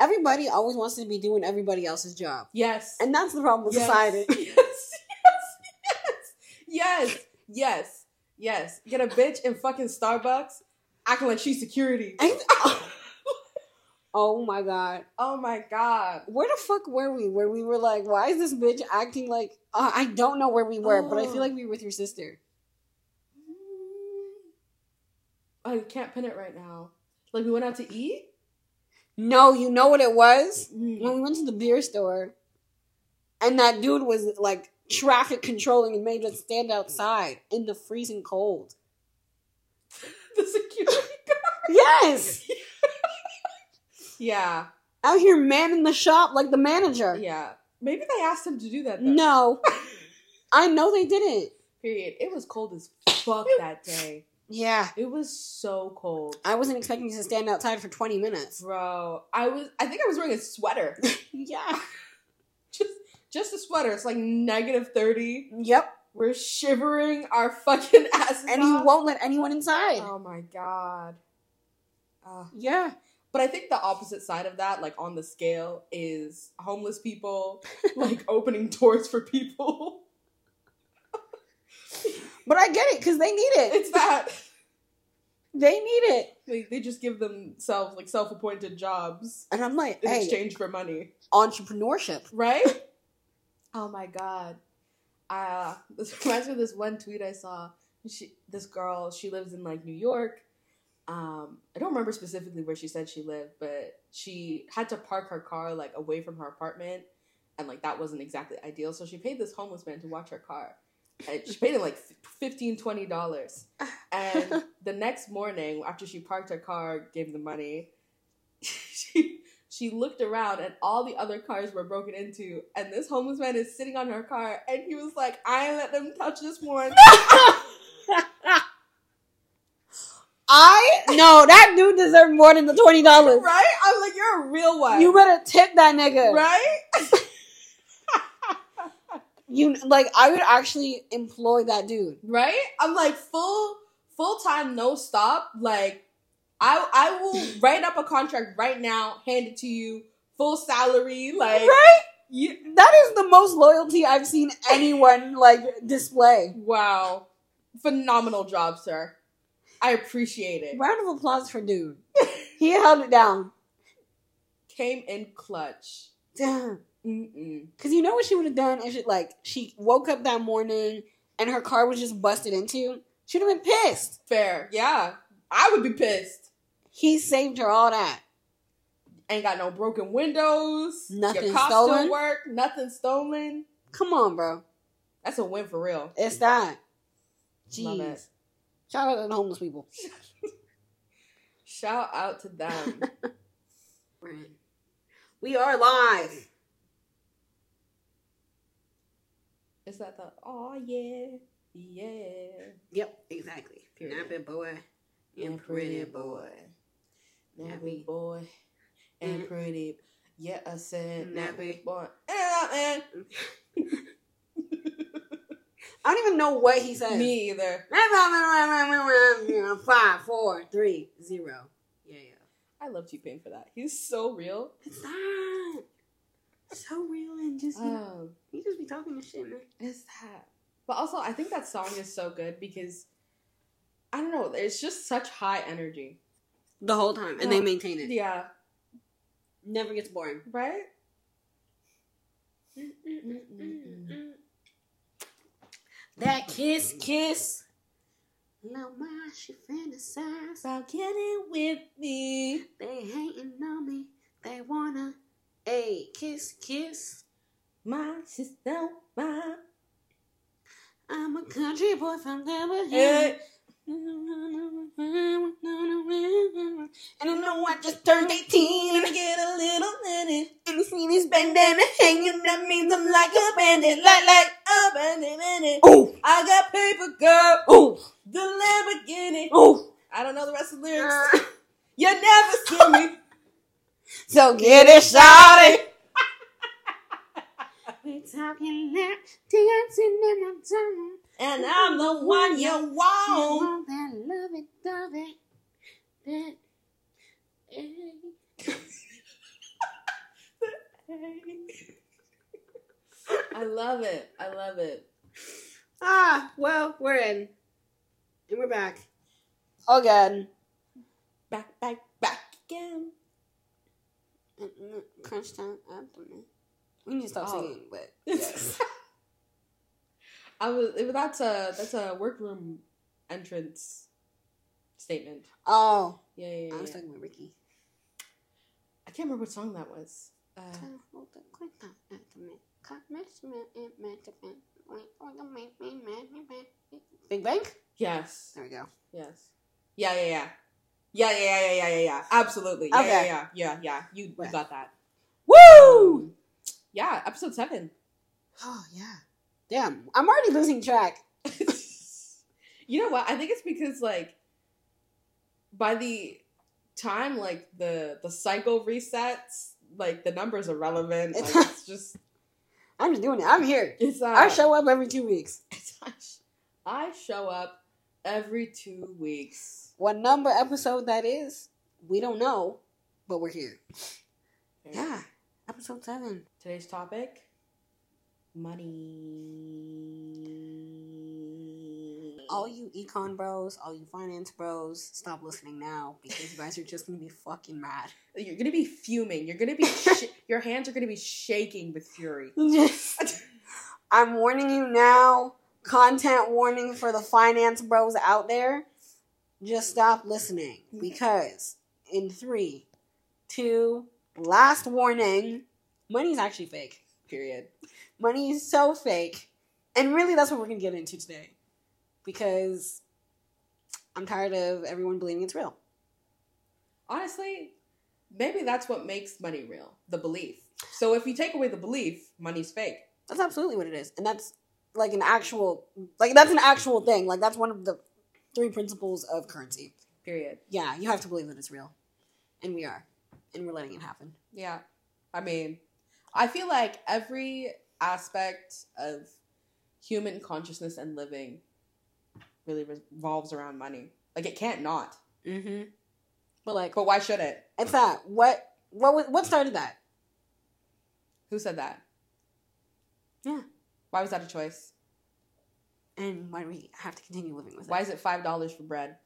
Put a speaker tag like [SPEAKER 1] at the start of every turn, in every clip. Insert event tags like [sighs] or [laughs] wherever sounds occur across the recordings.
[SPEAKER 1] everybody always wants to be doing everybody else's job.
[SPEAKER 2] Yes.
[SPEAKER 1] And that's the problem with
[SPEAKER 2] yes.
[SPEAKER 1] society.
[SPEAKER 2] [laughs] Yes, yes, yes, yes, yes, yes. Get a bitch in fucking Starbucks acting like she's security.
[SPEAKER 1] And- [laughs] oh my god.
[SPEAKER 2] Oh my god.
[SPEAKER 1] Where the fuck were we? Where we were like, why is this bitch acting like uh, I don't know where we were, but I
[SPEAKER 2] Oh.
[SPEAKER 1] feel like we were with your sister.
[SPEAKER 2] I Oh, can't pin it right now. Like we went out to eat.
[SPEAKER 1] No, you know what it was? when
[SPEAKER 2] Mm.
[SPEAKER 1] we went to the beer store and that dude was like traffic controlling and made us stand outside in the freezing cold.
[SPEAKER 2] [laughs] The security. [laughs]
[SPEAKER 1] Yes!
[SPEAKER 2] yeah,
[SPEAKER 1] Out here manning the shop like the manager.
[SPEAKER 2] yeah. Maybe they asked him to do that. Though.
[SPEAKER 1] No. I know they didn't.
[SPEAKER 2] Period. It was cold as fuck that day.
[SPEAKER 1] Yeah.
[SPEAKER 2] It was so cold,
[SPEAKER 1] I wasn't expecting you to stand outside for 20 minutes.
[SPEAKER 2] bro. I was. I think I was wearing a sweater.
[SPEAKER 1] Yeah.
[SPEAKER 2] [laughs] just, just a sweater. It's like negative thirty.
[SPEAKER 1] Yep.
[SPEAKER 2] We're shivering our fucking [laughs] asses
[SPEAKER 1] And he
[SPEAKER 2] off.
[SPEAKER 1] won't let anyone inside.
[SPEAKER 2] Oh my god. Ah.
[SPEAKER 1] Yeah.
[SPEAKER 2] But I think the opposite side of that, like on the scale, is
[SPEAKER 1] [laughs]
[SPEAKER 2] homeless people like opening doors for people. [laughs]
[SPEAKER 1] But I get it because they need it.
[SPEAKER 2] [laughs] It's
[SPEAKER 1] [laughs]
[SPEAKER 2] that
[SPEAKER 1] They need it.
[SPEAKER 2] like, they just give themselves like self-appointed jobs
[SPEAKER 1] And I'm like,
[SPEAKER 2] in
[SPEAKER 1] hey,
[SPEAKER 2] exchange for money,
[SPEAKER 1] entrepreneurship.
[SPEAKER 2] right? oh my god! Uh, [laughs] this reminds me of this one tweet I saw. She, this girl, she lives in like New York. Um, I don't remember specifically where she said she lived, but she had to park her car like away from her apartment, and like that wasn't exactly ideal. So she paid this homeless man to watch her car. And she paid him like f- 15 20 dollars. And the next morning, after she parked her car, gave the money, [laughs] she she looked around and all the other cars were broken into, and this homeless man is sitting on her car, and he was like, "I ain't let them touch this one."
[SPEAKER 1] I no, that dude deserved more than the twenty dollars.
[SPEAKER 2] right? I'm like, "You're a real one."
[SPEAKER 1] You better tip that nigga.
[SPEAKER 2] right?
[SPEAKER 1] You like I would actually employ that dude.
[SPEAKER 2] Right? I'm like full full time, no stop. Like I I
[SPEAKER 1] [laughs]
[SPEAKER 2] will write up a contract right now, hand it to you, full salary, like
[SPEAKER 1] Right?
[SPEAKER 2] you,
[SPEAKER 1] That is the most loyalty I've seen anyone like display.
[SPEAKER 2] wow. Phenomenal job, sir. I appreciate it.
[SPEAKER 1] Round of applause for dude. He held it down.
[SPEAKER 2] Came in clutch.
[SPEAKER 1] Damn.
[SPEAKER 2] Mm-mm.
[SPEAKER 1] Cause you know what she would have done if she like she woke up that morning and her car was just busted into? She'd have been pissed.
[SPEAKER 2] Fair. Yeah. I would be pissed.
[SPEAKER 1] He saved her all that.
[SPEAKER 2] Ain't got no broken windows.
[SPEAKER 1] Nothing
[SPEAKER 2] Your cops
[SPEAKER 1] stolen.
[SPEAKER 2] don't work. Nothing stolen.
[SPEAKER 1] Come on, bro.
[SPEAKER 2] That's a win for real.
[SPEAKER 1] It's that.
[SPEAKER 2] Love it.
[SPEAKER 1] Jeez. Shout out to the homeless people.
[SPEAKER 2] Shout out
[SPEAKER 1] [laughs]
[SPEAKER 2] to them.
[SPEAKER 1] We are live.
[SPEAKER 2] Is that the oh yeah, yeah,
[SPEAKER 1] Yep, exactly.
[SPEAKER 2] Period.
[SPEAKER 1] Nappy boy and pretty boy.
[SPEAKER 2] nappy boy, and
[SPEAKER 1] Mm.
[SPEAKER 2] pretty yeah, I said
[SPEAKER 1] Nappy.
[SPEAKER 2] nappy boy, and,
[SPEAKER 1] I don't even know what he said.
[SPEAKER 2] and me either.
[SPEAKER 1] [laughs] Five, four, three, zero. Yeah, yeah.
[SPEAKER 2] I love T Pain for that. He's so real.
[SPEAKER 1] It's that. So real and just, you know,
[SPEAKER 2] Um,
[SPEAKER 1] you just be talking this shit, man.
[SPEAKER 2] is that? But also, I think that song is so good because I don't know. It's just such high energy.
[SPEAKER 1] The whole time. And
[SPEAKER 2] and
[SPEAKER 1] they
[SPEAKER 2] they
[SPEAKER 1] maintain it.
[SPEAKER 2] Yeah.
[SPEAKER 1] Never gets boring.
[SPEAKER 2] Right.
[SPEAKER 1] That kiss, kiss. Now my she fantasize.
[SPEAKER 2] So get it with me.
[SPEAKER 1] They hating on me. They wanna a kiss, kiss.
[SPEAKER 2] My sister, my
[SPEAKER 1] I'm a country boy from Delaware.
[SPEAKER 2] Eh.
[SPEAKER 1] And I know I just turned 18 and I get a little litty. And you see this bandana hanging, that means I'm like a bandit. Like, like,
[SPEAKER 2] up and in it.
[SPEAKER 1] oh,
[SPEAKER 2] I got paper, girl.
[SPEAKER 1] oh,
[SPEAKER 2] The Lamborghini.
[SPEAKER 1] oh.
[SPEAKER 2] I don't know the rest of the lyrics. [laughs] You never see [laughs] me.
[SPEAKER 1] So get it, shawty. [laughs] We're talking now, dancing in the dark.
[SPEAKER 2] And I'm the one you want.
[SPEAKER 1] Oh, that loving, loving, that. eh.
[SPEAKER 2] I love it. I love it.
[SPEAKER 1] [laughs] Ah, well, we're in. And we're back. Oh, Again.
[SPEAKER 2] Back, back, back again.
[SPEAKER 1] Crunch time anthem. We need to stop
[SPEAKER 2] Oh.
[SPEAKER 1] singing, but [laughs] yes.
[SPEAKER 2] I was. It, that's a that's a workroom entrance statement.
[SPEAKER 1] oh,
[SPEAKER 2] Yeah, yeah, yeah.
[SPEAKER 1] I was
[SPEAKER 2] yeah.
[SPEAKER 1] talking about Ricky.
[SPEAKER 2] I can't remember what song that was. Uh,
[SPEAKER 1] Big Bang?
[SPEAKER 2] yes,
[SPEAKER 1] There we go.
[SPEAKER 2] yes. Yeah, yeah, yeah. Yeah, yeah, yeah, yeah, yeah, yeah, yeah. Absolutely. Yeah,
[SPEAKER 1] Okay.
[SPEAKER 2] yeah, yeah, yeah, yeah. You, you
[SPEAKER 1] Right.
[SPEAKER 2] got that.
[SPEAKER 1] Woo!
[SPEAKER 2] Um, yeah, episode seven.
[SPEAKER 1] Oh, yeah. Damn, I'm already losing track.
[SPEAKER 2] [laughs] you know what? I think it's because like by the time like the the cycle resets, like the numbers are relevant. Like, it's just
[SPEAKER 1] I'm just doing it. I'm here.
[SPEAKER 2] it's uh,
[SPEAKER 1] I
[SPEAKER 2] [laughs]
[SPEAKER 1] show up every two weeks.
[SPEAKER 2] I show up every two weeks.
[SPEAKER 1] What number episode that is, we don't know, but we're here. Yeah, episode seven.
[SPEAKER 2] Today's topic: money.
[SPEAKER 1] All you econ bros, all you finance bros, stop listening now because you guys are just gonna be fucking mad.
[SPEAKER 2] You're gonna be fuming. You're
[SPEAKER 1] [laughs]
[SPEAKER 2] gonna be. Sh- your hands are gonna be shaking with fury.
[SPEAKER 1] Just, I'm warning you now. Content warning for the finance bros out there. Just stop listening because in three, two, last warning, money's actually fake.
[SPEAKER 2] Period.
[SPEAKER 1] Money is so fake. And really, that's what we're going to get into today because I'm tired of everyone believing it's real.
[SPEAKER 2] honestly, maybe that's what makes money real the belief. So if you take away the belief, money's fake.
[SPEAKER 1] That's absolutely what it is. And that's like an actual, like, that's an actual thing. Like, that's one of the three principles of currency.
[SPEAKER 2] Period.
[SPEAKER 1] yeah, you have to believe that it's real. And we are. And we're letting it happen.
[SPEAKER 2] Yeah. I mean, I feel like every aspect of human consciousness and living really revolves around money. Like it can't not.
[SPEAKER 1] Mm-hmm. But like
[SPEAKER 2] But why should it?
[SPEAKER 1] it's that. What what was, what started that?
[SPEAKER 2] Who said that?
[SPEAKER 1] Yeah.
[SPEAKER 2] Why was that a choice?
[SPEAKER 1] And why do we have to continue living with it?
[SPEAKER 2] Why is it five dollars for bread?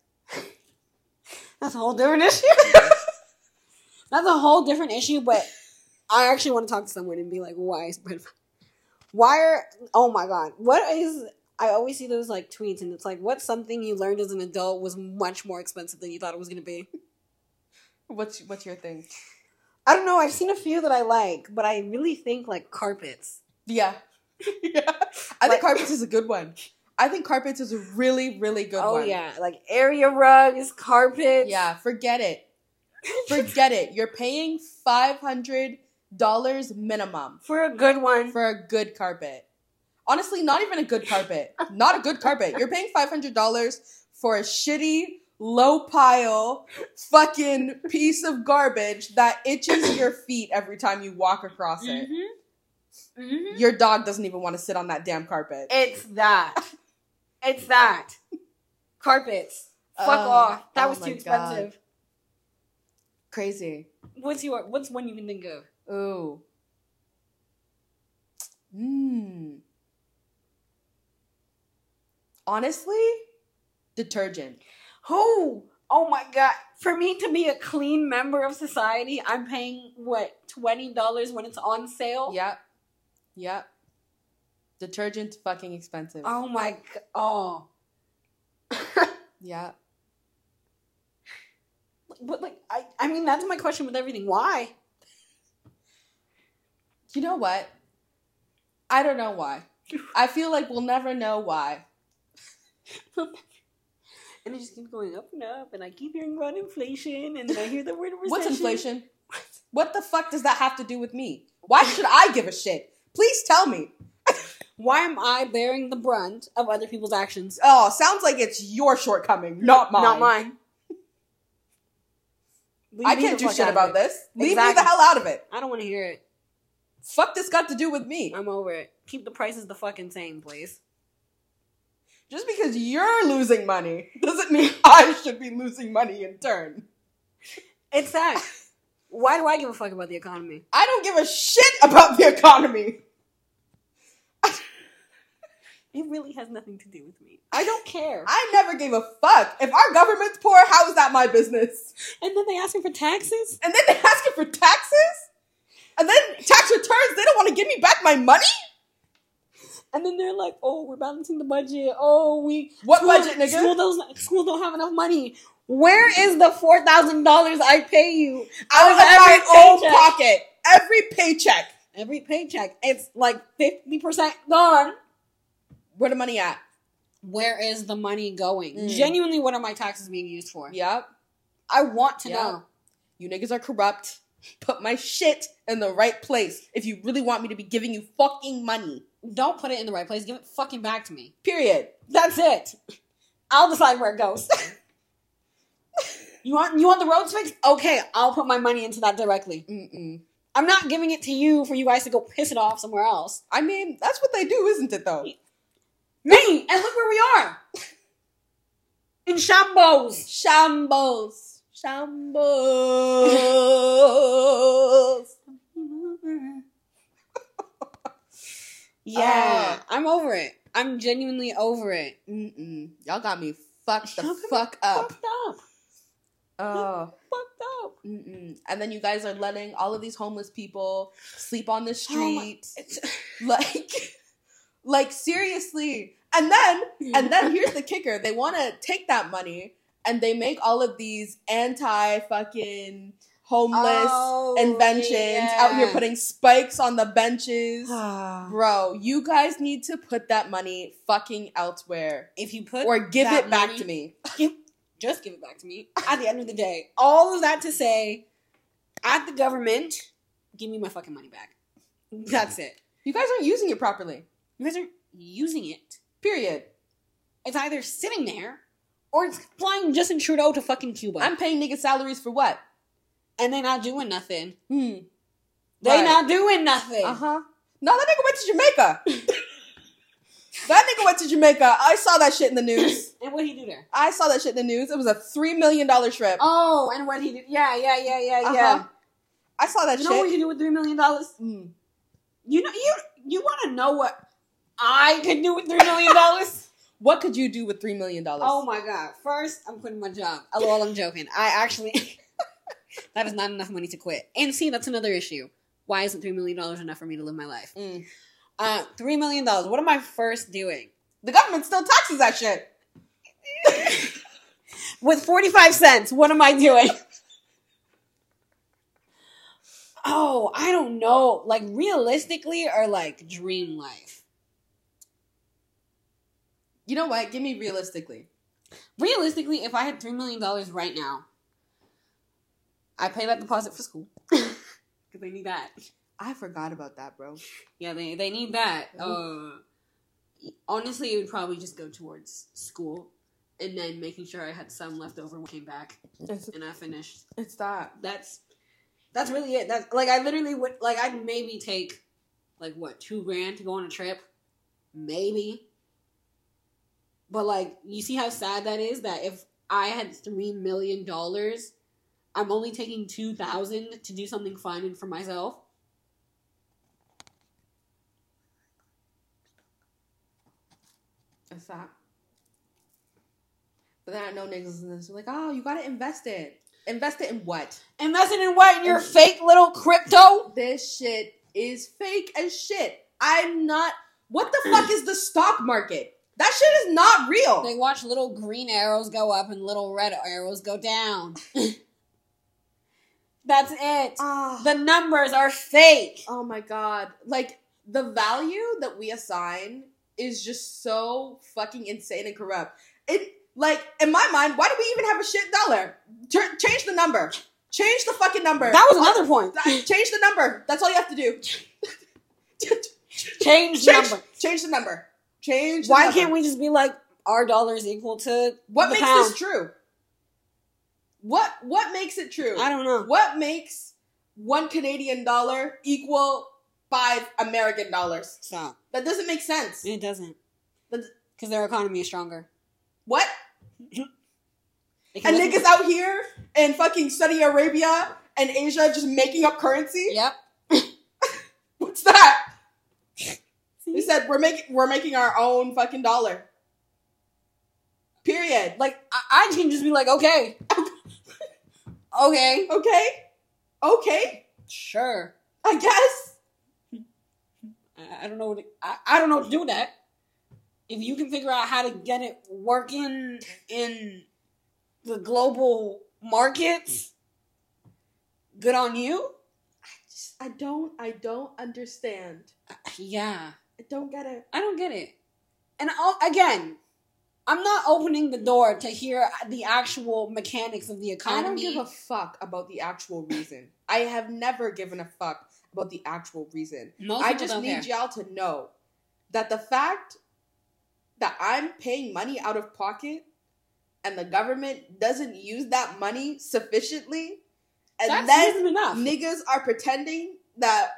[SPEAKER 1] That's a whole different [laughs] issue. That's a whole different issue, but I actually want to talk to someone and be like, why is bread why are oh my god. What is I always see those like tweets and it's like what's something you learned as an adult was much more expensive than you thought it was gonna be?
[SPEAKER 2] What's what's your thing?
[SPEAKER 1] I don't know. I've seen a few that I like, but I really think like carpets.
[SPEAKER 2] Yeah. [laughs] yeah. I
[SPEAKER 1] Like-
[SPEAKER 2] think carpets is a good one. I think carpets is a really, really good
[SPEAKER 1] oh
[SPEAKER 2] one.
[SPEAKER 1] yeah, like area rugs, carpets.
[SPEAKER 2] Yeah, forget it. Forget it. You're paying five hundred dollars minimum
[SPEAKER 1] for a good one.
[SPEAKER 2] for a good carpet. Honestly, not even a good carpet. Not a good carpet. You're paying five hundred dollars for a shitty, low pile, fucking piece of garbage that itches your feet every time you walk across it.
[SPEAKER 1] Mm-hmm.
[SPEAKER 2] Your dog doesn't even want to sit on that damn carpet.
[SPEAKER 1] It's that. It's that. Carpets. Fuck
[SPEAKER 2] Oh,
[SPEAKER 1] off. That
[SPEAKER 2] oh
[SPEAKER 1] was
[SPEAKER 2] my
[SPEAKER 1] too expensive.
[SPEAKER 2] Crazy.
[SPEAKER 1] What's your What's one you can think of?
[SPEAKER 2] Ooh. Mmm. Honestly, detergent.
[SPEAKER 1] Who? Oh my god! For me to be a clean member of society, I'm paying what twenty dollars when it's on sale.
[SPEAKER 2] Yep. Yep. Detergent's fucking expensive.
[SPEAKER 1] Oh my. g- Oh. [laughs]
[SPEAKER 2] Yeah.
[SPEAKER 1] But like, I. I mean, that's my question with everything. Why?
[SPEAKER 2] You know what? I don't know
[SPEAKER 1] [laughs]
[SPEAKER 2] why. I feel like we'll never know why.
[SPEAKER 1] And it just keeps going up and up, and I keep hearing about inflation, and I hear the word recession. [laughs]
[SPEAKER 2] What's inflation? What the fuck does that have to do with me? Why should I give a shit? Please tell me.
[SPEAKER 1] Why am I bearing the brunt of other people's actions?
[SPEAKER 2] Oh, sounds like it's your shortcoming, not mine.
[SPEAKER 1] Not mine. [laughs] Leave
[SPEAKER 2] I
[SPEAKER 1] me
[SPEAKER 2] can't
[SPEAKER 1] the
[SPEAKER 2] do
[SPEAKER 1] fuck
[SPEAKER 2] shit
[SPEAKER 1] out of
[SPEAKER 2] about
[SPEAKER 1] it.
[SPEAKER 2] this. Leave me
[SPEAKER 1] Exactly.
[SPEAKER 2] the hell out of it.
[SPEAKER 1] I don't want to hear it.
[SPEAKER 2] Fuck this got to do with me.
[SPEAKER 1] I'm over it. Keep the prices the fucking same, please.
[SPEAKER 2] Just because you're losing
[SPEAKER 1] [laughs]
[SPEAKER 2] [laughs] money doesn't mean I should be losing money in turn.
[SPEAKER 1] It's that. [laughs] Why do I give a fuck about the economy?
[SPEAKER 2] I don't give a shit about the economy.
[SPEAKER 1] It really has nothing to do with me.
[SPEAKER 2] I
[SPEAKER 1] I don't
[SPEAKER 2] don't.
[SPEAKER 1] care.
[SPEAKER 2] I never gave a fuck. If our government's poor, how is that my business?
[SPEAKER 1] and then they ask me for taxes?
[SPEAKER 2] And then they ask you for taxes? And then tax returns, they don't want to give me back my money?
[SPEAKER 1] And then they're like, oh, we're balancing the budget. Oh, we.
[SPEAKER 2] What budget, nigga?
[SPEAKER 1] School, does, school don't have enough money. Where is the $4,000 I pay you? Out
[SPEAKER 2] Out of
[SPEAKER 1] of
[SPEAKER 2] my
[SPEAKER 1] every
[SPEAKER 2] own
[SPEAKER 1] paycheck.
[SPEAKER 2] pocket. Every paycheck.
[SPEAKER 1] Every paycheck, it's like 50% gone.
[SPEAKER 2] Where the money at?
[SPEAKER 1] Where is the money going?
[SPEAKER 2] Mm.
[SPEAKER 1] Genuinely, what are my taxes being used for?
[SPEAKER 2] Yep.
[SPEAKER 1] I want to
[SPEAKER 2] Yeah.
[SPEAKER 1] know.
[SPEAKER 2] You niggas are corrupt. Put my shit in the right place if you really want me to be giving you fucking money.
[SPEAKER 1] Don't put it in the right place. Give it fucking back to me.
[SPEAKER 2] Period.
[SPEAKER 1] That's it. I'll decide where it goes. [laughs] you want you want the roads fixed? Okay, I'll put my money into that directly.
[SPEAKER 2] Mm-mm.
[SPEAKER 1] I'm not giving it to you for you guys to go piss it off somewhere else.
[SPEAKER 2] I mean, that's what they do, isn't it, though?
[SPEAKER 1] Me and look where we are. In shambles.
[SPEAKER 2] Shambles. Shambles.
[SPEAKER 1] [laughs] yeah, Uh, I'm over it. I'm genuinely over it.
[SPEAKER 2] Mm-mm. Y'all got me fucked the
[SPEAKER 1] Y'all got me
[SPEAKER 2] fuck up.
[SPEAKER 1] Fucked up.
[SPEAKER 2] Oh.
[SPEAKER 1] Fucked up.
[SPEAKER 2] Mm-mm. And then you guys are letting all of these homeless people sleep on the
[SPEAKER 1] Oh my-
[SPEAKER 2] street. like, [laughs] like seriously. And then,
[SPEAKER 1] Mm-hmm.
[SPEAKER 2] and then here's the kicker: they want to take that money and they make all of these anti fucking homeless
[SPEAKER 1] Oh,
[SPEAKER 2] inventions out here
[SPEAKER 1] yeah.
[SPEAKER 2] putting spikes on
[SPEAKER 1] [sighs]
[SPEAKER 2] the benches.
[SPEAKER 1] Ah.
[SPEAKER 2] Bro, you guys need to put that money fucking elsewhere.
[SPEAKER 1] if you put
[SPEAKER 2] or give
[SPEAKER 1] that
[SPEAKER 2] it back
[SPEAKER 1] money-
[SPEAKER 2] to me.
[SPEAKER 1] just give it back to me. [laughs] At the end of the day, all of that to say, at the government, give me my fucking money back. That's it.
[SPEAKER 2] You guys aren't using it properly.
[SPEAKER 1] You guys are using it.
[SPEAKER 2] Period.
[SPEAKER 1] It's either sitting there or it's flying Justin Trudeau to fucking Cuba,
[SPEAKER 2] I'm paying niggas salaries for what?
[SPEAKER 1] and they not doing nothing.
[SPEAKER 2] Hmm.
[SPEAKER 1] They
[SPEAKER 2] Right.
[SPEAKER 1] not doing nothing.
[SPEAKER 2] Uh huh. No, that nigga went to Jamaica.
[SPEAKER 1] [laughs]
[SPEAKER 2] that nigga went to Jamaica. I saw that shit in the news.
[SPEAKER 1] And what would he do there?
[SPEAKER 2] I saw that shit in the news. It was a three million dollar trip.
[SPEAKER 1] Oh, and what he do? Yeah, yeah, yeah, yeah,
[SPEAKER 2] Uh-huh.
[SPEAKER 1] yeah.
[SPEAKER 2] I saw that
[SPEAKER 1] You know what you
[SPEAKER 2] shit.
[SPEAKER 1] do with three million dollars?
[SPEAKER 2] Mm.
[SPEAKER 1] You know you you want to know what I could do with three million dollars?
[SPEAKER 2] [laughs] What could you do with three million dollars?
[SPEAKER 1] Oh my god. First, I'm quitting my job. Lol, I'm joking. I actually [laughs] that is not enough money to quit. And see, that's another issue. Why isn't three million dollars enough for me to live my life?
[SPEAKER 2] Mm.
[SPEAKER 1] Uh, three million dollars. What am I first doing?
[SPEAKER 2] The government still taxes that shit.
[SPEAKER 1] With forty-five cents, what am I doing? oh, I don't know. Like realistically, or like dream life.
[SPEAKER 2] You know what? Give me realistically.
[SPEAKER 1] Realistically, if I had three million dollars right now, I pay that deposit for school [laughs] because they need that.
[SPEAKER 2] I forgot about that, bro.
[SPEAKER 1] Yeah, they they need that. Uh, honestly, it would probably just go towards school, and then making sure I had some left over when I came back,
[SPEAKER 2] It's,
[SPEAKER 1] and I finished.
[SPEAKER 2] it's that.
[SPEAKER 1] That's that's really it. That's like I literally would like I'd maybe take like what two grand to go on a trip, maybe. But like you see how sad that is. That if I had three million dollars, I'm only taking two thousand to do something fun and for myself.
[SPEAKER 2] It's that. But then I know niggas and this are like, oh, you gotta invest it. Invest it in what?
[SPEAKER 1] Investing in what? In your fake little crypto?
[SPEAKER 2] this shit is fake as shit. I'm not. What the fuck is the stock market? That shit is not
[SPEAKER 1] They
[SPEAKER 2] real.
[SPEAKER 1] watch little green arrows go up and little red arrows go down. [laughs] That's it.
[SPEAKER 2] Ah,
[SPEAKER 1] The numbers are fake.
[SPEAKER 2] oh my god. Like, the value that we assign is just so fucking insane and corrupt. It, like, in my mind, why do we even have a shit dollar? Tur- change the number. Change the fucking number.
[SPEAKER 1] That was another point.
[SPEAKER 2] That- [laughs] change the number. That's all you have to do. [laughs]
[SPEAKER 1] Change the
[SPEAKER 2] change,
[SPEAKER 1] number.
[SPEAKER 2] change the number. Change the
[SPEAKER 1] Why
[SPEAKER 2] number.
[SPEAKER 1] can't we just be like our dollar is equal to
[SPEAKER 2] What
[SPEAKER 1] the
[SPEAKER 2] makes
[SPEAKER 1] pound?
[SPEAKER 2] this true? What what makes it true?
[SPEAKER 1] I don't know.
[SPEAKER 2] What makes one Canadian dollar equal five American dollars?
[SPEAKER 1] Stop.
[SPEAKER 2] That doesn't make sense.
[SPEAKER 1] It doesn't.
[SPEAKER 2] That's-
[SPEAKER 1] Because their economy is stronger.
[SPEAKER 2] What?
[SPEAKER 1] They can
[SPEAKER 2] And
[SPEAKER 1] look-
[SPEAKER 2] niggas out here in fucking Saudi Arabia and Asia just making up currency?
[SPEAKER 1] [laughs] Yep.
[SPEAKER 2] What's [laughs] that? We
[SPEAKER 1] See?
[SPEAKER 2] said we're making we're making our own fucking dollar. Period.
[SPEAKER 1] Like I, I can just be like, okay, [laughs] okay,
[SPEAKER 2] Okay? Okay?
[SPEAKER 1] sure.
[SPEAKER 2] I guess.
[SPEAKER 1] I, I don't know. What to- I, I don't know what to do with that. If you can figure out how to get it working in the global markets, good on you.
[SPEAKER 2] Just- I don't I don't understand.
[SPEAKER 1] Yeah,
[SPEAKER 2] I don't get it.
[SPEAKER 1] I don't get it. And I'll, again, I'm not opening the door to hear the actual mechanics of the
[SPEAKER 2] I
[SPEAKER 1] economy.
[SPEAKER 2] don't give a fuck about the actual reason. I have never given a fuck about the actual reason.
[SPEAKER 1] Most
[SPEAKER 2] I
[SPEAKER 1] people
[SPEAKER 2] just
[SPEAKER 1] don't
[SPEAKER 2] need
[SPEAKER 1] care.
[SPEAKER 2] y'all to know that the fact that I'm paying money out of pocket and the government doesn't use that money sufficiently, and
[SPEAKER 1] That's
[SPEAKER 2] then
[SPEAKER 1] reason enough.
[SPEAKER 2] niggas are pretending that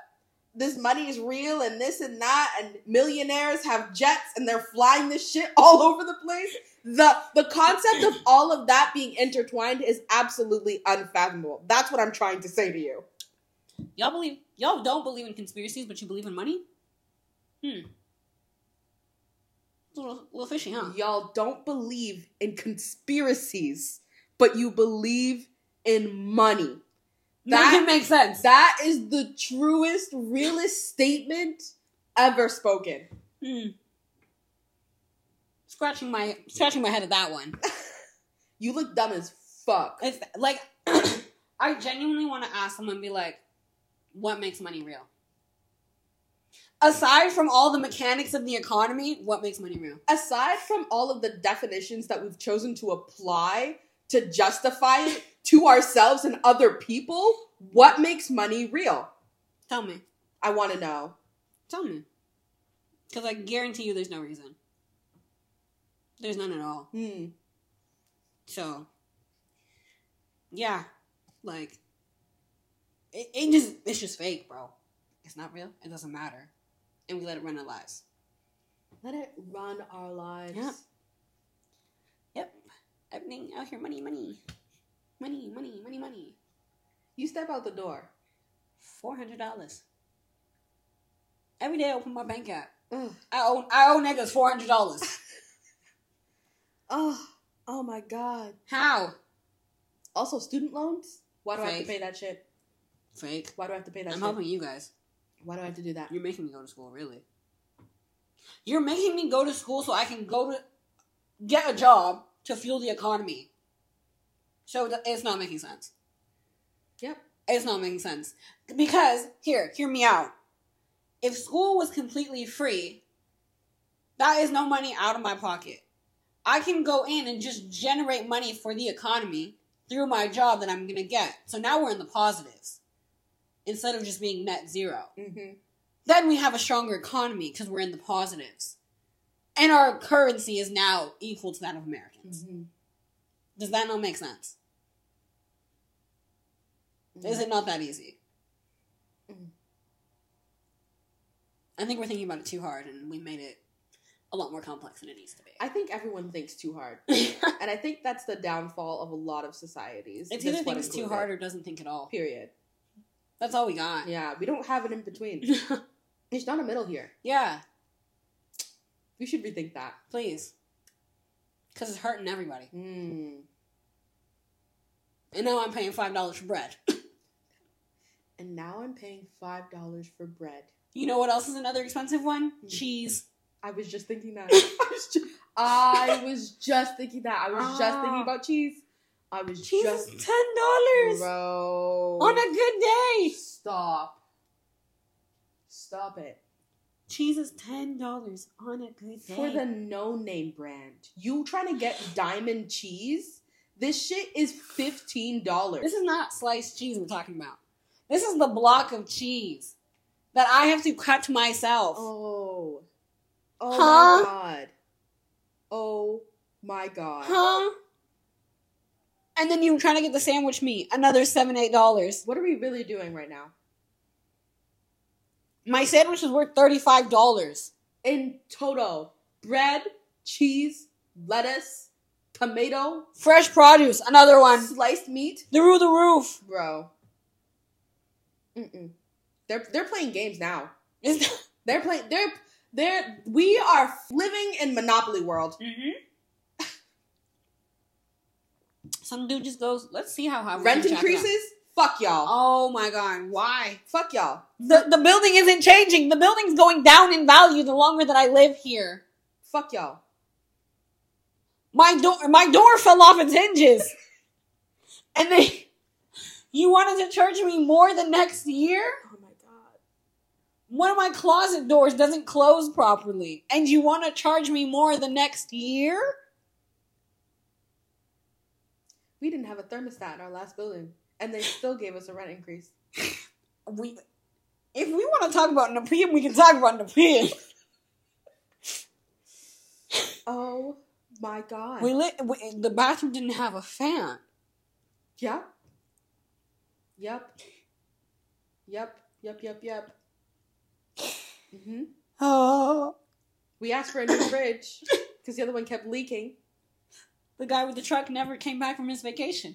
[SPEAKER 2] this money is real and this and that, and millionaires have jets and they're flying this shit [laughs] all over the place. The the concept of all of that being intertwined is absolutely unfathomable. That's what I'm trying to say to you.
[SPEAKER 1] Y'all believe y'all don't believe in conspiracies, but you believe in money. Hmm. It's a little, little fishy, huh?
[SPEAKER 2] Y'all don't believe in conspiracies, but you believe in money.
[SPEAKER 1] That
[SPEAKER 2] That-
[SPEAKER 1] makes sense.
[SPEAKER 2] That is the truest, realest statement ever spoken.
[SPEAKER 1] Hmm. Scratching my scratching my head at that one.
[SPEAKER 2] You look dumb as fuck.
[SPEAKER 1] It's like [clears throat] I genuinely want to ask someone, be like, "What makes money real?" Aside from all the mechanics of the economy, what makes money real?
[SPEAKER 2] aside from all of the definitions that we've chosen to apply to justify it to ourselves and other people, what makes money real?
[SPEAKER 1] Tell me,
[SPEAKER 2] I want to know.
[SPEAKER 1] tell me, because I guarantee you, there's no reason. There's none at all.
[SPEAKER 2] Hmm.
[SPEAKER 1] So, yeah, like it, it just it's just fake, bro. It's not real. It doesn't matter, and we let it run our lives.
[SPEAKER 2] Let it run our lives.
[SPEAKER 1] Yeah. Yep, everything out here, money, money, money, money, money, money.
[SPEAKER 2] You step out the door.
[SPEAKER 1] Four hundred dollars. Every day I open my bank app.
[SPEAKER 2] Ugh.
[SPEAKER 1] I owe I owe niggas four hundred [laughs] dollars.
[SPEAKER 2] Oh, oh my God.
[SPEAKER 1] How?
[SPEAKER 2] Also, student loans? Why do I have
[SPEAKER 1] Fake.
[SPEAKER 2] to pay that shit?
[SPEAKER 1] Fake.
[SPEAKER 2] Why do I have to pay that
[SPEAKER 1] I'm
[SPEAKER 2] shit?
[SPEAKER 1] helping you guys.
[SPEAKER 2] Why do I have to do that?
[SPEAKER 1] You're making me go to school, really. You're making me go to school so I can go to get a job to fuel the economy. So th- it's not making sense.
[SPEAKER 2] Yep.
[SPEAKER 1] It's not making sense. Because, here, hear me out. If school was completely free, that is no money out of my pocket. I can go in and just generate money for the economy through my job that I'm going to get. So now we're in the positives instead of just being net zero
[SPEAKER 2] Mm-hmm.
[SPEAKER 1] then we have a stronger economy because we're in the positives. And our currency is now equal to that of Americans.
[SPEAKER 2] Mm-hmm.
[SPEAKER 1] Does that not make sense? Is it not that easy?
[SPEAKER 2] Mm.
[SPEAKER 1] I think we're thinking about it too hard and we made it a lot more complex than it needs to be. [laughs]
[SPEAKER 2] I think everyone thinks too hard. And I think that's the downfall of a lot of societies.
[SPEAKER 1] it's
[SPEAKER 2] this
[SPEAKER 1] either
[SPEAKER 2] one
[SPEAKER 1] thinks too
[SPEAKER 2] included.
[SPEAKER 1] hard or doesn't think at all.
[SPEAKER 2] Period.
[SPEAKER 1] That's all we got.
[SPEAKER 2] Yeah, we don't have it in
[SPEAKER 1] [laughs]
[SPEAKER 2] between.
[SPEAKER 1] Yeah,
[SPEAKER 2] There's not a middle here. We should rethink that.
[SPEAKER 1] please. Because it's hurting everybody.
[SPEAKER 2] Mm.
[SPEAKER 1] And now I'm paying $5 for bread.
[SPEAKER 2] And now I'm paying five dollars for bread.
[SPEAKER 1] You know what else is another expensive one?
[SPEAKER 2] Hmm.
[SPEAKER 1] Cheese.
[SPEAKER 2] I was just
[SPEAKER 1] [laughs]
[SPEAKER 2] thinking that. I was just, I was just thinking that. I was just thinking
[SPEAKER 1] Ah.
[SPEAKER 2] about cheese. I was
[SPEAKER 1] Cheese
[SPEAKER 2] just
[SPEAKER 1] is ten dollars
[SPEAKER 2] bro.
[SPEAKER 1] on a good day.
[SPEAKER 2] stop. Stop it
[SPEAKER 1] Cheese is ten dollars on a good day.
[SPEAKER 2] for the no-name brand. You trying
[SPEAKER 1] [sighs]
[SPEAKER 2] to get diamond cheese? This shit is fifteen dollars.
[SPEAKER 1] this is not sliced cheese we're talking about. This is the block of cheese that I have to cut myself.
[SPEAKER 2] Oh. Oh
[SPEAKER 1] Huh?
[SPEAKER 2] my god. Oh my god.
[SPEAKER 1] Huh? And then you're trying to get the sandwich meat, another seven eight dollars.
[SPEAKER 2] What are we really doing right now?
[SPEAKER 1] My sandwich is worth thirty five dollars.
[SPEAKER 2] In total, bread, cheese, lettuce, tomato,
[SPEAKER 1] Fresh produce, another one.
[SPEAKER 2] sliced meat,
[SPEAKER 1] Through the roof.
[SPEAKER 2] bro. Mm-mm. They're they're playing games now.
[SPEAKER 1] It's
[SPEAKER 2] They're playing. They're they're. We are living in Monopoly world. Mm-hmm.
[SPEAKER 1] Some dude just goes, let's see how high we
[SPEAKER 2] Rent
[SPEAKER 1] can jack it up."
[SPEAKER 2] increases. Fuck y'all.
[SPEAKER 1] Oh my god, why?
[SPEAKER 2] Fuck y'all.
[SPEAKER 1] The the building isn't changing. The building's going down in value the longer that I live here.
[SPEAKER 2] Fuck y'all.
[SPEAKER 1] My door my door fell off its hinges. and they you wanted to charge me more the next year?
[SPEAKER 2] Oh my god.
[SPEAKER 1] One of my closet doors doesn't close properly. And you want to charge me more the next year?
[SPEAKER 2] We didn't have a thermostat in our last building, and they still gave us a rent increase.
[SPEAKER 1] We if we want to talk about Nepean, we can talk about Nepean.
[SPEAKER 2] Oh my god.
[SPEAKER 1] We lit we, the bathroom didn't have a fan.
[SPEAKER 2] Yep. Yep. Yep. Yep. Yep. Yep. hmm
[SPEAKER 1] Oh.
[SPEAKER 2] We asked for a new
[SPEAKER 1] [coughs]
[SPEAKER 2] fridge because the other one kept leaking.
[SPEAKER 1] The guy with the truck never came back from his vacation.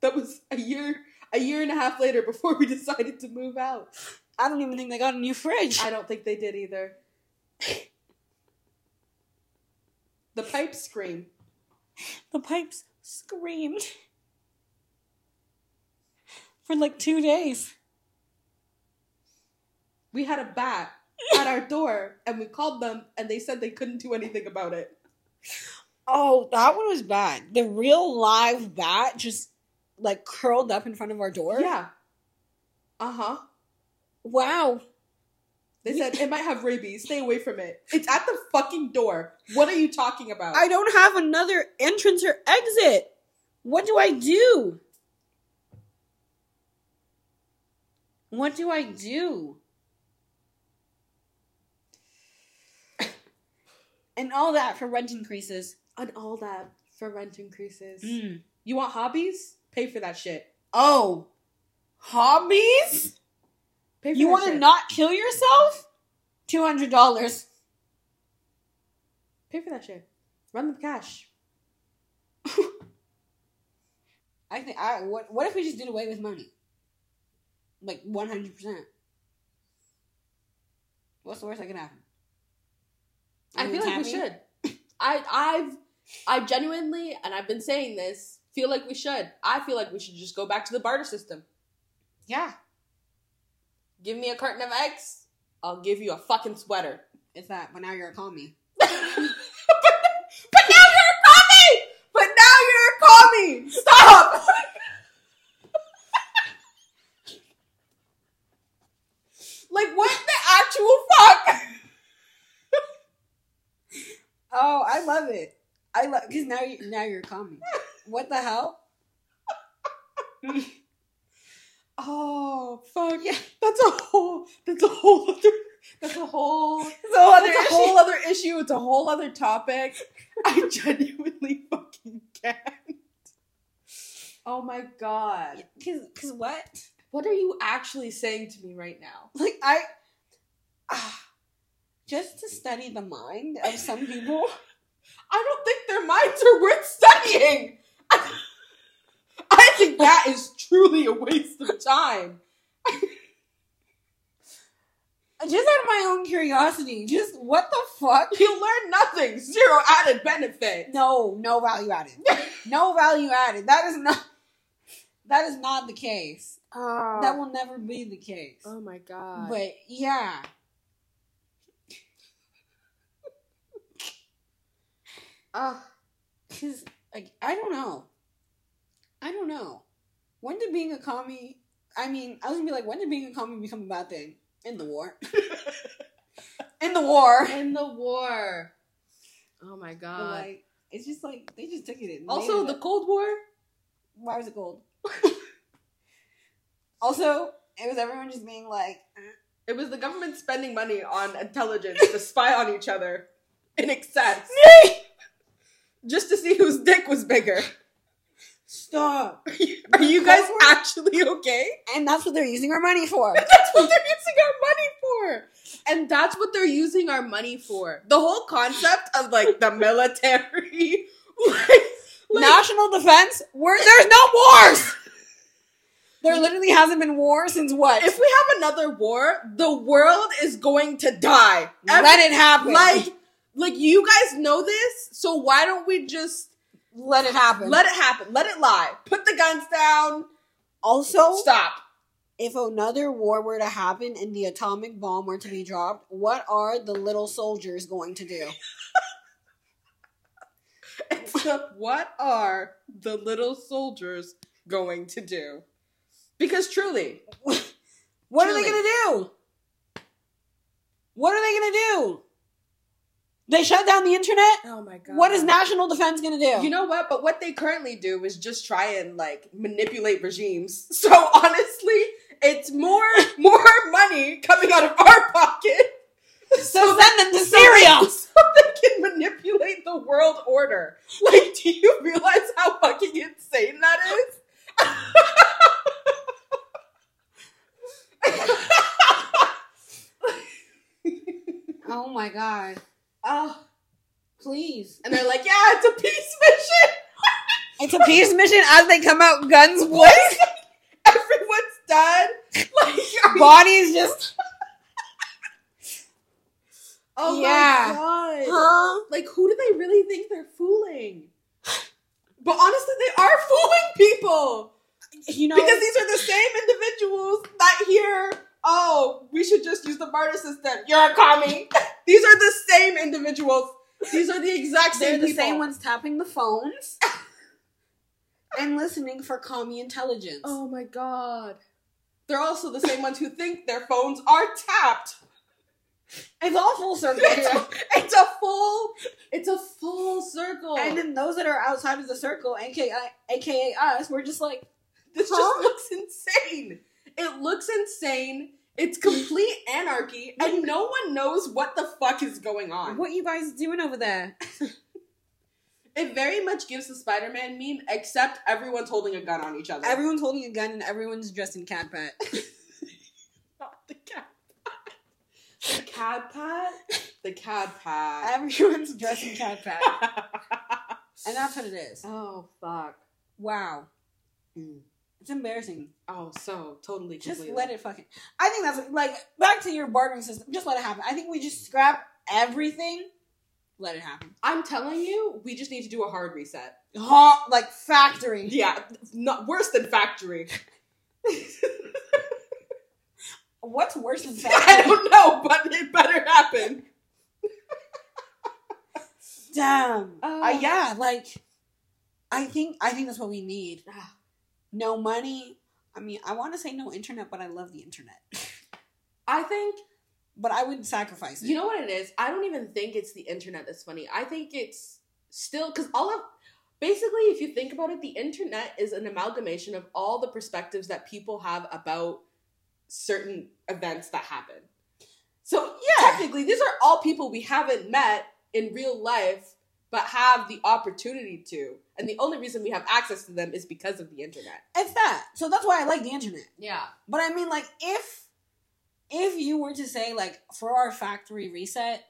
[SPEAKER 2] That was a year, a year and a half later before we [laughs] decided to move out.
[SPEAKER 1] I don't even think they got a new fridge.
[SPEAKER 2] I don't think they did either. the pipe scream.
[SPEAKER 1] The pipes screamed for like two days.
[SPEAKER 2] We had a bat at our door and we called them and they said they couldn't do anything about it.
[SPEAKER 1] Oh, that one was bad. The real live bat just like curled up in front of our door.
[SPEAKER 2] Yeah. Uh huh.
[SPEAKER 1] Wow.
[SPEAKER 2] They said it might have rabies. Stay away from it. It's at the fucking door. What are you talking about?
[SPEAKER 1] I don't have another entrance or exit. What do I do? What do I do? [laughs] and all that for rent increases.
[SPEAKER 2] on all that for rent increases.
[SPEAKER 1] Mm.
[SPEAKER 2] You want hobbies? Pay for that shit.
[SPEAKER 1] Oh, hobbies?
[SPEAKER 2] Pay for
[SPEAKER 1] You
[SPEAKER 2] that
[SPEAKER 1] want to
[SPEAKER 2] shit.
[SPEAKER 1] not kill yourself? Two hundred dollars.
[SPEAKER 2] pay for that shit. Run the cash.
[SPEAKER 1] I think. I what? What if we just did away with money? Like one hundred percent. What's the worst that can happen?
[SPEAKER 2] I feel like we should.
[SPEAKER 1] [laughs]
[SPEAKER 2] I I've I genuinely and I've been saying this feel like we should. I feel like we should just go back to the barter system.
[SPEAKER 1] Yeah,
[SPEAKER 2] Give me a carton of eggs, I'll give you a fucking sweater. [laughs]
[SPEAKER 1] it's that. But now you're a commie.
[SPEAKER 2] but, but now you're a commie. But now you're a commie. Stop. [laughs] like what the actual fuck? [laughs]
[SPEAKER 1] Oh, I love it. I love because now you now you're a
[SPEAKER 2] [laughs]
[SPEAKER 1] commie. what the hell?
[SPEAKER 2] Oh fuck! Yeah, that's a whole. That's a whole other. That's a [laughs] whole.
[SPEAKER 1] So
[SPEAKER 2] That's a whole other issue. It's a whole other topic. I
[SPEAKER 1] [laughs]
[SPEAKER 2] genuinely fucking can't. Oh my god!
[SPEAKER 1] Cause, cause what?
[SPEAKER 2] What are you actually saying to me right now?
[SPEAKER 1] Like I, ah, just to study the mind of some
[SPEAKER 2] [laughs]
[SPEAKER 1] people.
[SPEAKER 2] I don't think their minds are worth studying. I, I think that is truly a waste of time. [laughs]
[SPEAKER 1] just out of my own curiosity, just what the fuck?
[SPEAKER 2] You learn nothing. Zero added benefit.
[SPEAKER 1] No, no value added. no value added. That is not. That is not the case.
[SPEAKER 2] Oh,
[SPEAKER 1] That will never be the case.
[SPEAKER 2] my god! But
[SPEAKER 1] But yeah.
[SPEAKER 2] uh,
[SPEAKER 1] Cause like I don't know. I don't know. When did being a commie I mean, I was gonna be like, when did being a commie become a bad thing? In the
[SPEAKER 2] [laughs]
[SPEAKER 1] war. In the war.
[SPEAKER 2] in the war. Oh my
[SPEAKER 1] But, like it's just like they just took it in.
[SPEAKER 2] Also, the Cold War.
[SPEAKER 1] why was it
[SPEAKER 2] [laughs]
[SPEAKER 1] gold? also, it was everyone just being
[SPEAKER 2] [laughs]
[SPEAKER 1] like
[SPEAKER 2] It was the government spending money on intelligence [laughs] to spy on each other in excess, just to see whose dick was bigger.
[SPEAKER 1] Stop.
[SPEAKER 2] Are you
[SPEAKER 1] The
[SPEAKER 2] guys
[SPEAKER 1] Cold War?
[SPEAKER 2] actually okay?
[SPEAKER 1] And that's what they're using our money for.
[SPEAKER 2] [laughs] That's what they're using our money for. And that's what they're using our money for. The whole concept of like the military. [laughs] like, like, [laughs]
[SPEAKER 1] National defense? Where there's no wars! There literally hasn't been war since what?
[SPEAKER 2] If we have another war, the world is going to die. Every-
[SPEAKER 1] Let it happen.
[SPEAKER 2] like, like you guys know this, so why don't we just
[SPEAKER 1] let it happen.
[SPEAKER 2] let it happen? Let it lie. Put the guns down.
[SPEAKER 1] also,
[SPEAKER 2] Stop.
[SPEAKER 1] if another war were to happen and the atomic bomb were to be dropped, what are the little soldiers going to do?
[SPEAKER 2] what are the little soldiers going to do? Because truly,
[SPEAKER 1] What are they
[SPEAKER 2] Truly.
[SPEAKER 1] going to do? What are they going to do? They shut down the internet?
[SPEAKER 2] oh my god,
[SPEAKER 1] What is national defense going to do?
[SPEAKER 2] You know what? But what they currently do is just try and like manipulate regimes. [laughs] So honestly, it's [laughs] more more money coming out of our pocket
[SPEAKER 1] so send them to Syria.
[SPEAKER 2] [laughs] so they can manipulate the world order. Like, do you realize how fucking insane that is?
[SPEAKER 1] [laughs] Oh my god.
[SPEAKER 2] Oh,
[SPEAKER 1] Please.
[SPEAKER 2] and they're like, yeah, it's a peace mission. [laughs]
[SPEAKER 1] It's a peace mission as they come out [laughs] guns blazing.
[SPEAKER 2] [laughs] Everyone's done. [laughs] Like, are you-
[SPEAKER 1] Bodies just
[SPEAKER 2] oh
[SPEAKER 1] Yeah.
[SPEAKER 2] my god.
[SPEAKER 1] Huh?
[SPEAKER 2] Like, who do they really think they're fooling? But honestly, they are fooling people
[SPEAKER 1] You know
[SPEAKER 2] because these are the same individuals that hear, "Oh, we should just use the barter system." You're a commie. [laughs] these are the same individuals. These are the exact
[SPEAKER 1] they're
[SPEAKER 2] same.
[SPEAKER 1] the
[SPEAKER 2] people.
[SPEAKER 1] same ones tapping the phones [laughs] and listening for commie intelligence.
[SPEAKER 2] Oh my god. They're also the same ones who think their phones are
[SPEAKER 1] [laughs]
[SPEAKER 2] tapped.
[SPEAKER 1] It's all full circle [laughs]
[SPEAKER 2] It's
[SPEAKER 1] here.
[SPEAKER 2] a, [laughs] it's a full, it's a full circle.
[SPEAKER 1] And then those that are outside of the circle, aka, AKA us, we're just like,
[SPEAKER 2] This
[SPEAKER 1] Huh?
[SPEAKER 2] just looks insane. It looks insane.
[SPEAKER 1] [laughs]
[SPEAKER 2] It's complete anarchy, and no one knows what the fuck is going on.
[SPEAKER 1] what you guys doing over [laughs] there?
[SPEAKER 2] It very much gives the Spider-Man meme, except everyone's holding a gun on each other.
[SPEAKER 1] Everyone's holding a gun and everyone's dressed in cat [laughs] pat.
[SPEAKER 2] Not the cat. The cad pat. The cad pat.
[SPEAKER 1] Everyone's dressed in cat [laughs] pat. And that's what it is.
[SPEAKER 2] [laughs] oh fuck.
[SPEAKER 1] Wow.
[SPEAKER 2] Mm.
[SPEAKER 1] It's embarrassing.
[SPEAKER 2] Oh, so totally.
[SPEAKER 1] Just
[SPEAKER 2] completely.
[SPEAKER 1] let it fucking. I think that's like back to your bartering system. Just let it happen. I think we just scrap everything. Let it happen.
[SPEAKER 2] I'm telling you, we just need to do a hard reset.
[SPEAKER 1] [laughs] Ha, like factory.
[SPEAKER 2] Yeah, not worse than factory.
[SPEAKER 1] What's worse [laughs] than
[SPEAKER 2] [laughs] I
[SPEAKER 1] factory?
[SPEAKER 2] don't know, but it better happen.
[SPEAKER 1] Damn.
[SPEAKER 2] Oh.
[SPEAKER 1] Uh, yeah, like I think I think that's what we need.
[SPEAKER 2] Ah.
[SPEAKER 1] No money. I mean, I want to say no internet, but I love the internet.
[SPEAKER 2] I think
[SPEAKER 1] But I would sacrifice it.
[SPEAKER 2] you know what it is. I don't even think it's the internet that's funny. I think it's still because all of basically, if you think about it, the internet is an amalgamation of all the perspectives that people have about certain events that happen. So
[SPEAKER 1] Yeah.
[SPEAKER 2] technically, these are all people we haven't met in real life, but have the opportunity to, and the only reason we have access to them is because of the internet.
[SPEAKER 1] it's that. So that's why I like the internet.
[SPEAKER 2] Yeah.
[SPEAKER 1] But I mean, like, if if you were to say like for our factory reset,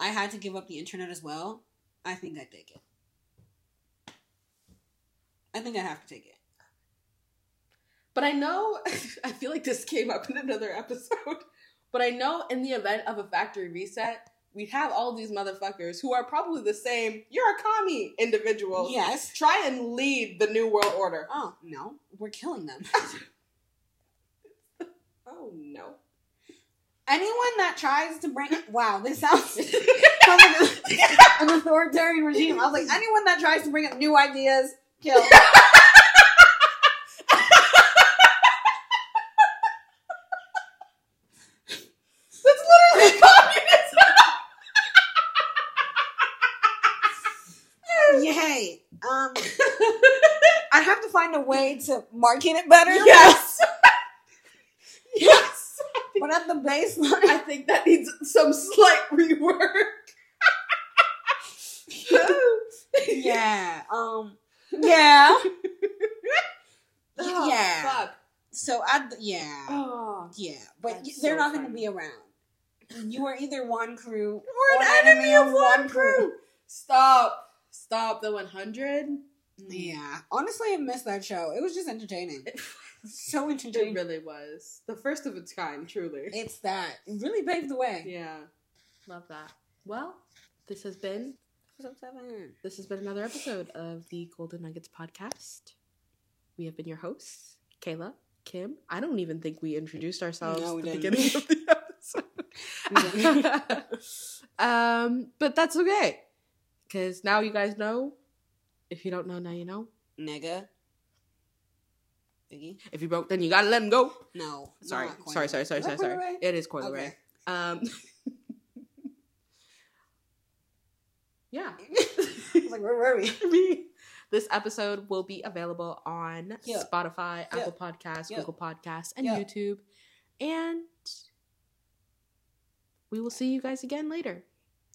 [SPEAKER 1] I had to give up the internet as well. I think I'd take it. I think I'd have to take it.
[SPEAKER 2] But I know, [laughs] I feel like this came up in another episode. [laughs] But I know in the event of a factory reset, we have all these motherfuckers who are probably the same, you're a commie individual.
[SPEAKER 1] yes.
[SPEAKER 2] Try and lead the New World Order.
[SPEAKER 1] Oh no, we're killing them. [laughs]
[SPEAKER 2] Oh no. [laughs]
[SPEAKER 1] Anyone that tries to bring wow, this sounds [laughs] sounds like an authoritarian regime. I was like, anyone that tries to bring up new ideas, kill.
[SPEAKER 2] That's literally [laughs] communism!
[SPEAKER 1] Yay! Um, I have to find a way to market it better.
[SPEAKER 2] Yes! yes!
[SPEAKER 1] [laughs] but at the baseline, [laughs]
[SPEAKER 2] I think that needs some slight rework. [laughs]
[SPEAKER 1] yeah. Um. Yeah.
[SPEAKER 2] Oh,
[SPEAKER 1] Yeah.
[SPEAKER 2] Fuck.
[SPEAKER 1] So I. Yeah.
[SPEAKER 2] Oh.
[SPEAKER 1] Yeah. But
[SPEAKER 2] That's
[SPEAKER 1] y- they're
[SPEAKER 2] so
[SPEAKER 1] not going to
[SPEAKER 2] funny.
[SPEAKER 1] be around. You are either one crew.
[SPEAKER 2] We're
[SPEAKER 1] or
[SPEAKER 2] an enemy of one crew. Stop. Stop the 100. Mm. [laughs]
[SPEAKER 1] Yeah. Honestly, I missed that show. It was just entertaining. so
[SPEAKER 2] It
[SPEAKER 1] entertaining.
[SPEAKER 2] really was the first of its kind, truly.
[SPEAKER 1] It's that. It really paved the way.
[SPEAKER 2] Yeah, love that. Well, this has been
[SPEAKER 1] Episode
[SPEAKER 2] [laughs]
[SPEAKER 1] seven. [laughs]
[SPEAKER 2] this has been another episode of the Golden Nuggets podcast. We have been your hosts, Kayla, Kim. I don't even think we introduced ourselves
[SPEAKER 1] No, we
[SPEAKER 2] at the
[SPEAKER 1] didn't.
[SPEAKER 2] beginning of the episode. [laughs] um, but that's okay. Because now you guys know. If you don't know, now you know.
[SPEAKER 1] Nigga. Biggie?
[SPEAKER 2] If you broke, then you gotta let him go.
[SPEAKER 1] No.
[SPEAKER 2] Sorry,
[SPEAKER 1] not Coil.
[SPEAKER 2] sorry, sorry, sorry,
[SPEAKER 1] Is that
[SPEAKER 2] sorry,
[SPEAKER 1] Coil
[SPEAKER 2] sorry.
[SPEAKER 1] Ray?
[SPEAKER 2] It is Coil
[SPEAKER 1] Okay.
[SPEAKER 2] Ray. Um, [laughs] yeah.
[SPEAKER 1] [laughs]
[SPEAKER 2] [laughs]
[SPEAKER 1] I was like, where were we?
[SPEAKER 2] This episode will be available on
[SPEAKER 1] Yeah.
[SPEAKER 2] Spotify,
[SPEAKER 1] Yeah.
[SPEAKER 2] Apple Podcasts,
[SPEAKER 1] Yeah.
[SPEAKER 2] Google Podcasts, and
[SPEAKER 1] Yeah.
[SPEAKER 2] YouTube. And we will see you guys again later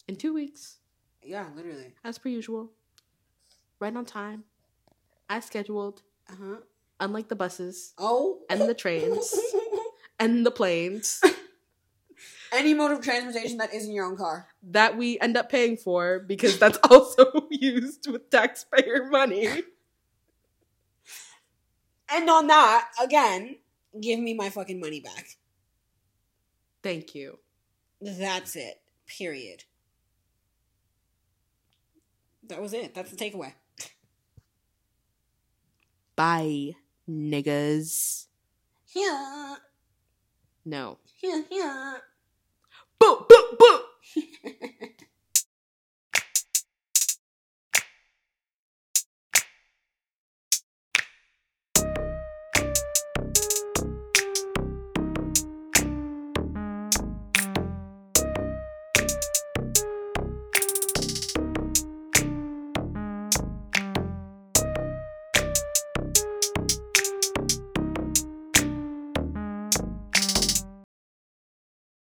[SPEAKER 2] in two weeks.
[SPEAKER 1] Yeah, literally.
[SPEAKER 2] as per usual, right on time, as scheduled,
[SPEAKER 1] Uh huh.
[SPEAKER 2] unlike the buses
[SPEAKER 1] Oh. [laughs]
[SPEAKER 2] and the trains and the planes
[SPEAKER 1] Any mode of transportation that isn't your own car.
[SPEAKER 2] that we end up paying for because that's [laughs] also used with taxpayer money.
[SPEAKER 1] And on that, again, give me my fucking money back.
[SPEAKER 2] Thank you.
[SPEAKER 1] That's it. Period. That was it. That's the takeaway.
[SPEAKER 2] Bye, niggas.
[SPEAKER 1] Yeah.
[SPEAKER 2] No.
[SPEAKER 1] Yeah, yeah.